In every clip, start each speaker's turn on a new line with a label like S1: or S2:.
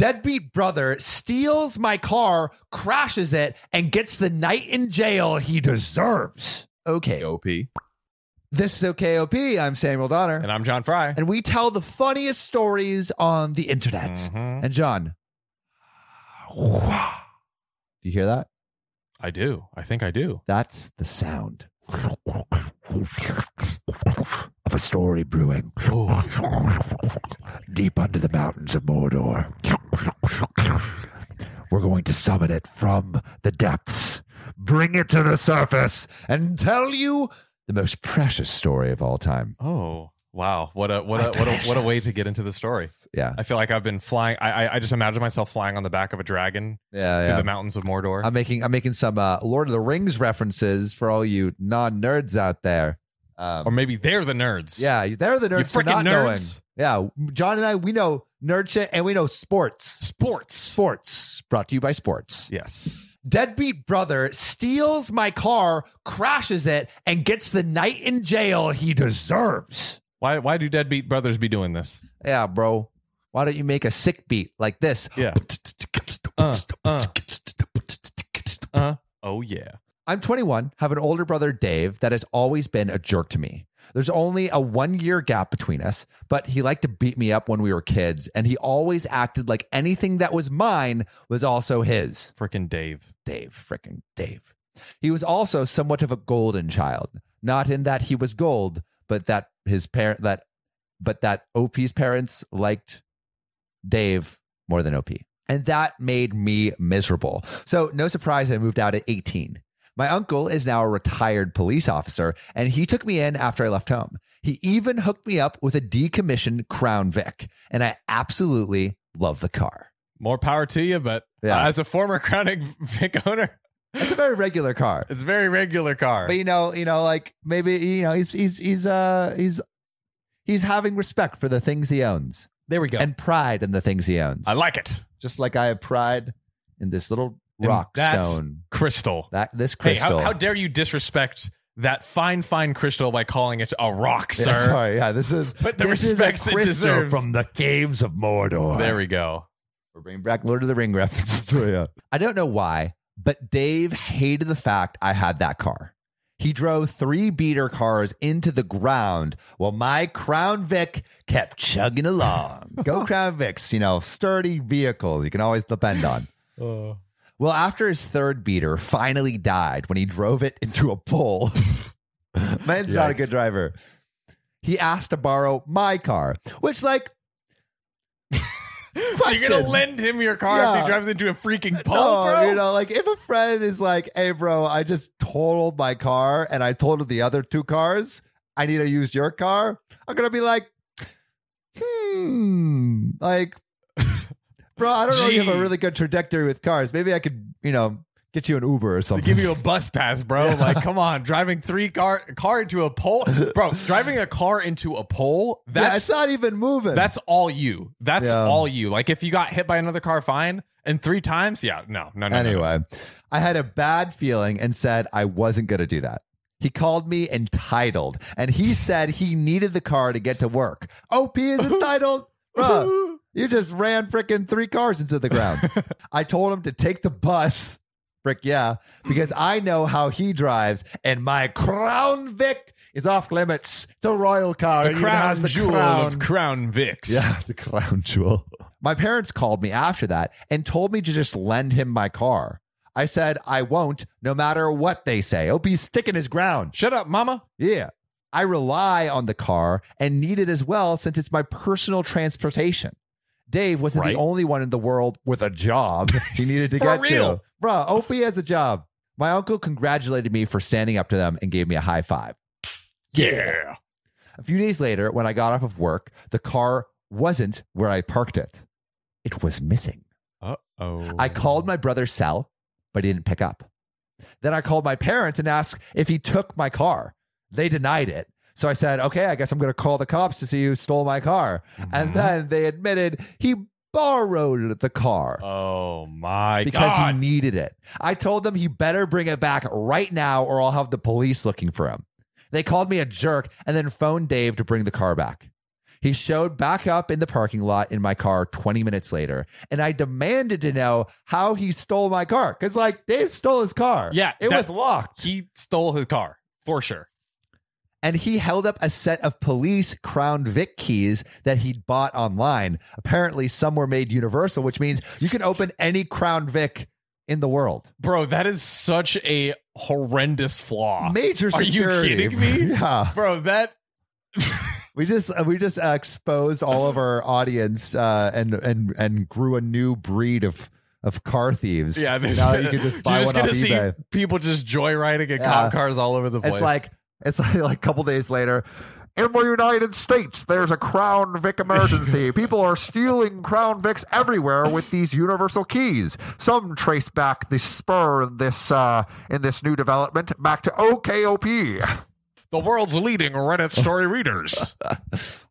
S1: deadbeat brother steals my car, crashes it, and gets the night in jail he deserves. Okay.
S2: OP.
S1: This is OKOP. I'm Samuel Donner.
S2: And I'm John Fry.
S1: and we tell the funniest stories on the internet.
S2: Mhm.
S1: And John, do you hear that?
S2: I do. I think I do.
S1: That's the sound of a story brewing deep under the mountains of Mordor. We're going to summon it from the depths, bring it to the surface, and tell you the most precious story of all time.
S2: Oh, wow. What a what a what a what a way to get into the story.
S1: Yeah.
S2: I feel like I've been flying I I, I just imagine myself flying on the back of a dragon
S1: Yeah.
S2: through the mountains of Mordor.
S1: I'm making I'm making some uh, Lord of the Rings references for all you non nerds out there. Um,
S2: or maybe they're the nerds.
S1: yeah, they're the nerds for not
S2: freaking nerds.
S1: knowing. Yeah, John and I we know nerd shit and we know sports.
S2: Sports.
S1: Sports brought to you by Sports.
S2: Yes.
S1: Deadbeat brother steals my car, crashes it, and gets the night in jail he deserves.
S2: Why why do deadbeat brothers be doing this?
S1: Yeah, bro. Why don't you make a sick beat like this?
S2: Yeah. Uh, uh. Uh, oh yeah.
S1: I'm 21, have an older brother, Dave, that has always been a jerk to me. There's only a one year gap between us, but he liked to beat me up when we were kids, and he always acted like anything that was mine was also his.
S2: Freaking Dave.
S1: Dave, frickin' Dave. He was also somewhat of a golden child, not in that he was gold, but that his parent, that, but that OP's parents liked Dave more than OP. And that made me miserable. So, no surprise, I moved out at 18. My uncle is now a retired police officer, and he took me in after I left home. He even hooked me up with a decommissioned Crown Vic, and I absolutely love the car.
S2: More power to you, but
S1: Yeah.
S2: uh, as a former chronic Vic owner,
S1: It's a very regular car.
S2: it's a very regular car.
S1: But you know, you know, like maybe you know, he's he's he's uh he's he's having respect for the things he owns
S2: there we go.
S1: and pride in the things he owns.
S2: I like it.
S1: just like I have pride in this little
S2: In
S1: rock
S2: that
S1: stone
S2: Crystal.
S1: that this
S2: Hey,
S1: crystal.
S2: how, how dare you disrespect that fine, fine crystal by calling it a rock,
S1: Yeah,
S2: sir?
S1: sorry, yeah, this is
S2: Put the
S1: this is a
S2: respects it
S1: crystal
S2: deserves.
S1: from the caves of Mordor.
S2: There we go.
S1: We're bringing back Lord of the Ring references to you. I don't know why, but Dave hated the fact I had that car. He drove three beater cars into the ground while my Crown Vic kept chugging along. Go Crown Vics, you know, sturdy vehicles you can always depend on. Well, after his third beater finally died when he drove it into a pole, man's not a
S2: Yikes.
S1: good driver. He asked to borrow my car, which, like,
S2: so you're gonna
S1: Question.
S2: lend him your car if
S1: Yeah.
S2: he drives into a freaking pole,
S1: no,
S2: bro?
S1: You know, like if a friend is like, "Hey, bro, I just totaled my car and I totaled the other two cars. I need to use your car." I'm gonna be like, "Hmm, like, bro, I don't know. if You have a
S2: Gee.
S1: really good trajectory with cars. Maybe I could, you know, get you an Uber or
S2: They
S1: something."
S2: give you a bus pass, bro. Like, come on, driving three car car into a pole, bro. Driving a car into a pole.
S1: Yeah,
S2: That's
S1: it's not even moving.
S2: that's all you. That's
S1: Yeah.
S2: all you. Like, if you got hit by another car, fine. And three times, yeah, no, no, no. no, no.
S1: Anyway, I had a bad feeling and said I wasn't going to do that. He called me entitled and he said he needed the car to get to work. OP is entitled. Bruh, you just ran frickin' three cars into the ground. I told him to take the bus. Frick, yeah, because I know how he drives and my Crown Vic is off limits. It's a royal car.
S2: The
S1: It even has
S2: crown
S1: the
S2: jewel
S1: crown.
S2: of Crown Vics.
S1: Yeah, the crown jewel. My parents called me after that and told me to just lend him my car. I said I won't, no matter what they say. Opie's sticking his ground.
S2: Shut up, mama.
S1: Yeah. I rely on the car and need it as well since it's my personal transportation. Dave wasn't
S2: Right.
S1: the only one in the world with a job he needed to
S2: For
S1: get to.
S2: real.
S1: Bruh, Opie has a job. My uncle congratulated me for standing up to them and gave me a high five.
S2: Yeah.
S1: A few days later, when I got off of work, the car wasn't where I parked it. It was missing.
S2: Uh oh.
S1: I called my brother Sal, but he didn't pick up. Then I called my parents and asked if he took my car. They denied it. So I said, okay, I guess I'm going to call the cops to see who stole my car.
S2: Mm-hmm.
S1: And then they admitted he borrowed the car
S2: Oh my
S1: because
S2: god.
S1: he needed it. I told them he better bring it back right now or I'll have the police looking for him. They called me a jerk and then phoned Dave to bring the car back. He showed back up in the parking lot in my car 20 minutes later, and I demanded to know how he stole my car because, like, Dave stole his car.
S2: Yeah,
S1: it
S2: that-
S1: was locked.
S2: He stole his car for sure.
S1: and he held up a set of police Crown Vic keys that he'd bought online. Apparently, some were made universal, which means you can open any Crown Vic in the world.
S2: Bro, that is such a horrendous flaw.
S1: Major
S2: Are you
S1: security.
S2: kidding me?
S1: Yeah,
S2: Bro, that
S1: we just uh, we just uh, exposed all of our audience uh, and and and grew a new breed of of car thieves.
S2: yeah, this-
S1: now you can just buy
S2: you're
S1: one
S2: gonna
S1: off
S2: see
S1: eBay.
S2: people just joyriding at
S1: Yeah.
S2: cop cars all over the place.
S1: It's like it's like, like a couple days later. In the United States, there's a Crown Vic emergency. People are stealing Crown Vics everywhere with these universal keys. Some trace back the spur in this uh, in this new development back to OKOP.
S2: the world's leading Reddit story readers.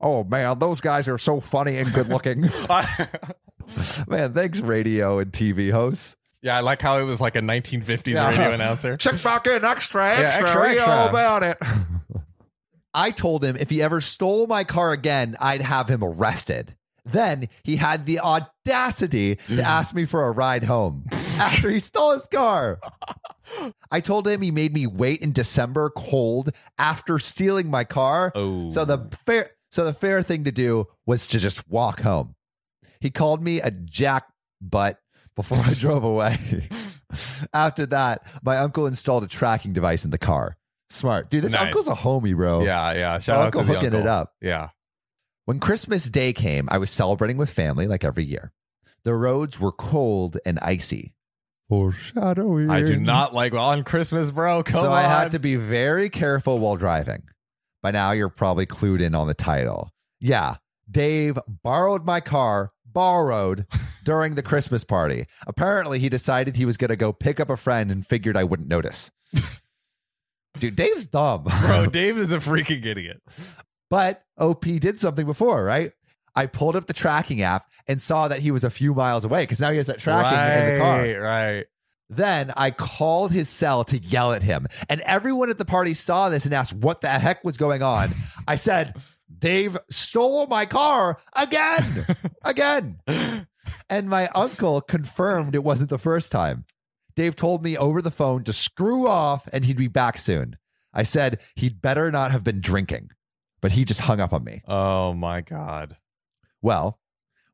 S1: Oh man, those guys are so funny and good looking. man, thanks radio and TV hosts.
S2: yeah, I like how it was like a 1950s
S1: Yeah.
S2: radio announcer.
S1: Check back in extra,
S2: extra, extra. you know
S1: about it. I told him if he ever stole my car again, I'd have him arrested. Then he had the audacity to ask me for a ride home after he stole his car. I told him he made me wait in December cold after stealing my car.
S2: Oh,
S1: So the fair so the fair thing to do was to just walk home. He called me a jack butt before I drove away. After that, my uncle installed a tracking device in the car. Smart. Dude, this
S2: Nice.
S1: uncle's a homie, bro.
S2: yeah, yeah.
S1: My
S2: Shout out
S1: uncle
S2: to the
S1: hooking
S2: uncle.
S1: it up.
S2: Yeah,
S1: When Christmas Day came, I was celebrating with family like every year. The roads were cold and icy. Foreshadowing.
S2: I do not like well, on Christmas, bro. Come
S1: so
S2: on.
S1: I had to be very careful while driving. By now, you're probably clued in on the title. Yeah, Dave borrowed my car, borrowed during the Christmas party. Apparently, he decided he was going to go pick up a friend and figured I wouldn't notice. Dude, Dave's dumb.
S2: bro. Dave is a freaking idiot.
S1: But OP did something before, right? I pulled up the tracking app and saw that he was a few miles away because now he has that tracking in the car.
S2: Right, right.
S1: Then I called his cell to yell at him, and everyone at the party saw this and asked what the heck was going on. I said, Dave stole my car again, again. And my uncle confirmed it wasn't the first time. Dave told me over the phone to screw off and he'd be back soon. I said he'd better not have been drinking, but he just hung up on me.
S2: Oh my god.
S1: Well,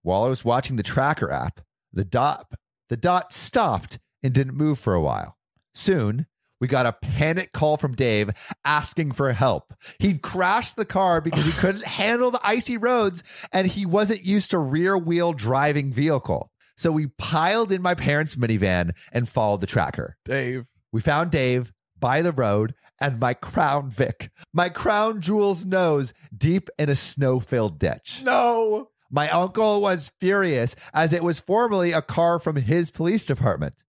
S1: while I was watching the tracker app, the dot the dot stopped and didn't move for a while. Soon, we got a panic call from Dave asking for help. He'd crashed the car because he couldn't handle the icy roads and he wasn't used to rear-wheel driving vehicle. So we piled in my parents' minivan and followed the tracker.
S2: Dave.
S1: We found Dave by the road and my crown Vic, my crown jewel's nose deep in a snow filled ditch.
S2: No.
S1: My uncle was furious as it was formerly a car from his police department.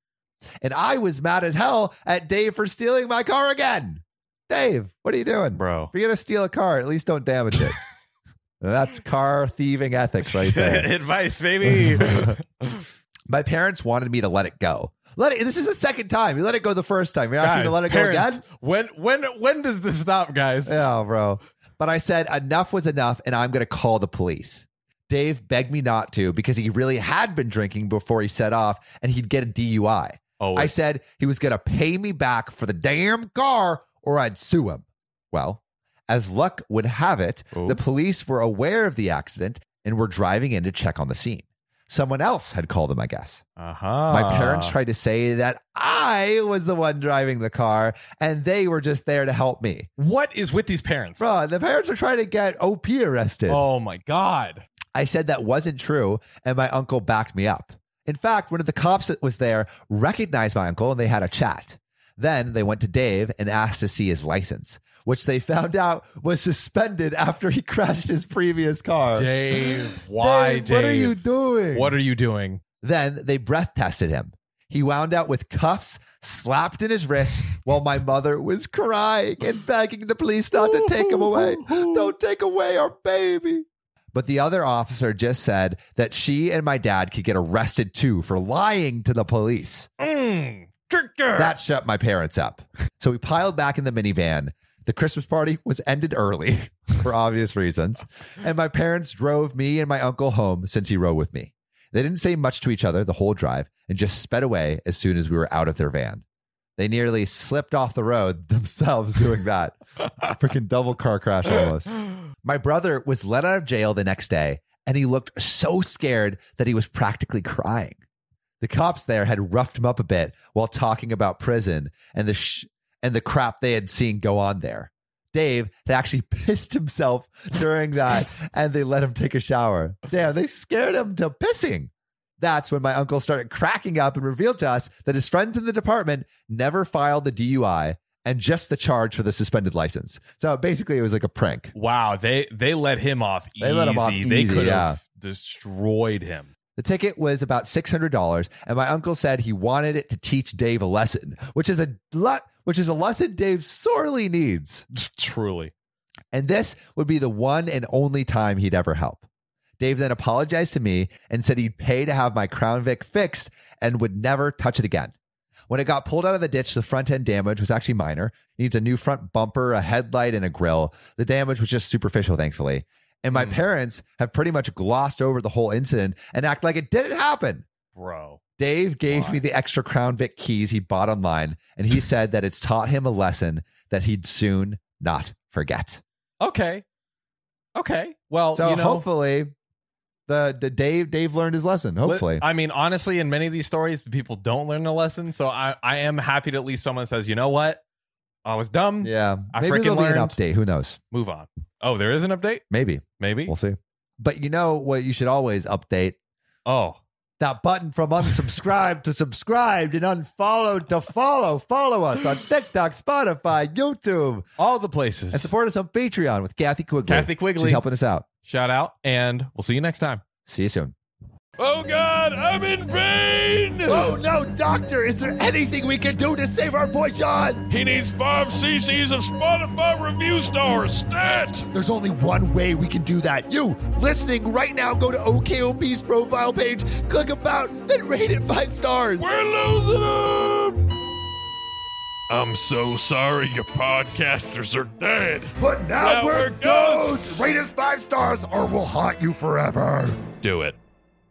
S1: And I was mad as hell at Dave for stealing my car again. Dave, what are you doing?
S2: Bro.
S1: If you're going to steal a car, at least don't damage it. That's car thieving ethics right there.
S2: Advice, baby.
S1: My parents wanted me to let it go. Let it. This is the second time. You let it go the first time. You're asking me to
S2: Guys,
S1: let it go
S2: parents,
S1: again.
S2: When when when does this stop, guys?
S1: Yeah, bro. But I said enough was enough, and I'm going to call the police. Dave begged me not to because he really had been drinking before he set off, and he'd get a DUI.
S2: Oh,
S1: I said he was going to pay me back for the damn car or I'd sue him. Well, as luck would have it,
S2: Oh.
S1: the police were aware of the accident and were driving in to check on the scene. Someone else had called them, I guess.
S2: uh-huh.
S1: My parents tried to say that I was the one driving the car and they were just there to help me.
S2: What is with these parents?
S1: Bro, the parents are trying to get OP arrested.
S2: Oh my god.
S1: I said that wasn't true, and my uncle backed me up. In fact, one of the cops that was there recognized my uncle and they had a chat. Then they went to Dave and asked to see his license, which they found out was suspended after he crashed his previous car.
S2: Dave, why
S1: Uh, Dave,
S2: Dave?
S1: What are you doing?
S2: What are you doing?
S1: Then they breath tested him. He wound out with cuffs slapped in his wrists while my mother was crying and begging the police not to take him away. Don't take away our baby. But the other officer just said that she and my dad could get arrested too for lying to the police.
S2: Mm, trigger.
S1: That shut my parents up. So we piled back in the minivan The Christmas party was ended early for obvious reasons, and my parents drove me and my uncle home since he rode with me. They didn't say much to each other the whole drive and just sped away as soon as we were out of their van. They nearly slipped off the road themselves doing that. Freaking double car crash almost. My brother was let out of jail the next day, and he looked so scared that he was practically crying. The cops there had roughed him up a bit while talking about prison and the sh- and the crap they had seen go on there. Dave had actually pissed himself during that, and they let him take a shower. Damn, they scared him to pissing. That's when my uncle started cracking up and revealed to us that his friends in the department never filed the DUI and just the charge for the suspended license. So basically, it was like a prank.
S2: Wow, they they let him off easy.
S1: They let him off
S2: They
S1: easy,
S2: could
S1: yeah.
S2: have destroyed him.
S1: The ticket was about $600 and my uncle said he wanted it to teach Dave a lesson, which is a lot which is a lesson Dave sorely needs.
S2: Truly.
S1: And this would be the one and only time he'd ever help. Dave then apologized to me and said he'd pay to have my Crown Vic fixed and would never touch it again. When it got pulled out of the ditch, the front end damage was actually minor. It needs a new front bumper, a headlight, and a grill. The damage was just superficial, thankfully. And my
S2: Hmm.
S1: parents have pretty much glossed over the whole incident and act like it didn't happen.
S2: Bro.
S1: Dave gave
S2: Why?
S1: me the extra Crown Vic keys he bought online, and he said that it's taught him a lesson that he'd soon not forget.
S2: Okay. Okay. Well,
S1: So
S2: you know,
S1: hopefully, the, the Dave Dave learned his lesson.
S2: li-
S1: Hopefully,
S2: I mean, honestly, in many of these stories, people don't learn a lesson. So I, I am happy to at least someone says, you know what? I was dumb.
S1: yeah.
S2: I
S1: Maybe
S2: frickin'
S1: there'll be an
S2: learned.
S1: update. Who knows?
S2: Move on. Oh, there is an update?
S1: Maybe
S2: Maybe.
S1: we'll see. But you know what? You should always update
S2: oh.
S1: that button from unsubscribe to subscribed and unfollowed to follow. Follow us on TikTok, Spotify, YouTube,
S2: All the places.
S1: and support us on Patreon with Kathy Quigley.
S2: Kathy Quigley.
S1: She's helping us out.
S2: Shout out, and we'll see you next time.
S1: See you soon.
S2: Oh God, I'm in pain.
S1: Oh no, doctor! Is there anything we can do to save our boy John?
S2: He needs five cc's of Spotify review stars. Stat.
S1: There's only one way we can do that. You listening right now, go to OKOP's profile page, click about, then rate it five stars.
S3: We're losing them. I'm so sorry your podcasters are dead.
S1: But now,
S3: Now we're ghosts.
S1: Rate us five stars, or we'll haunt you forever.
S3: Do it.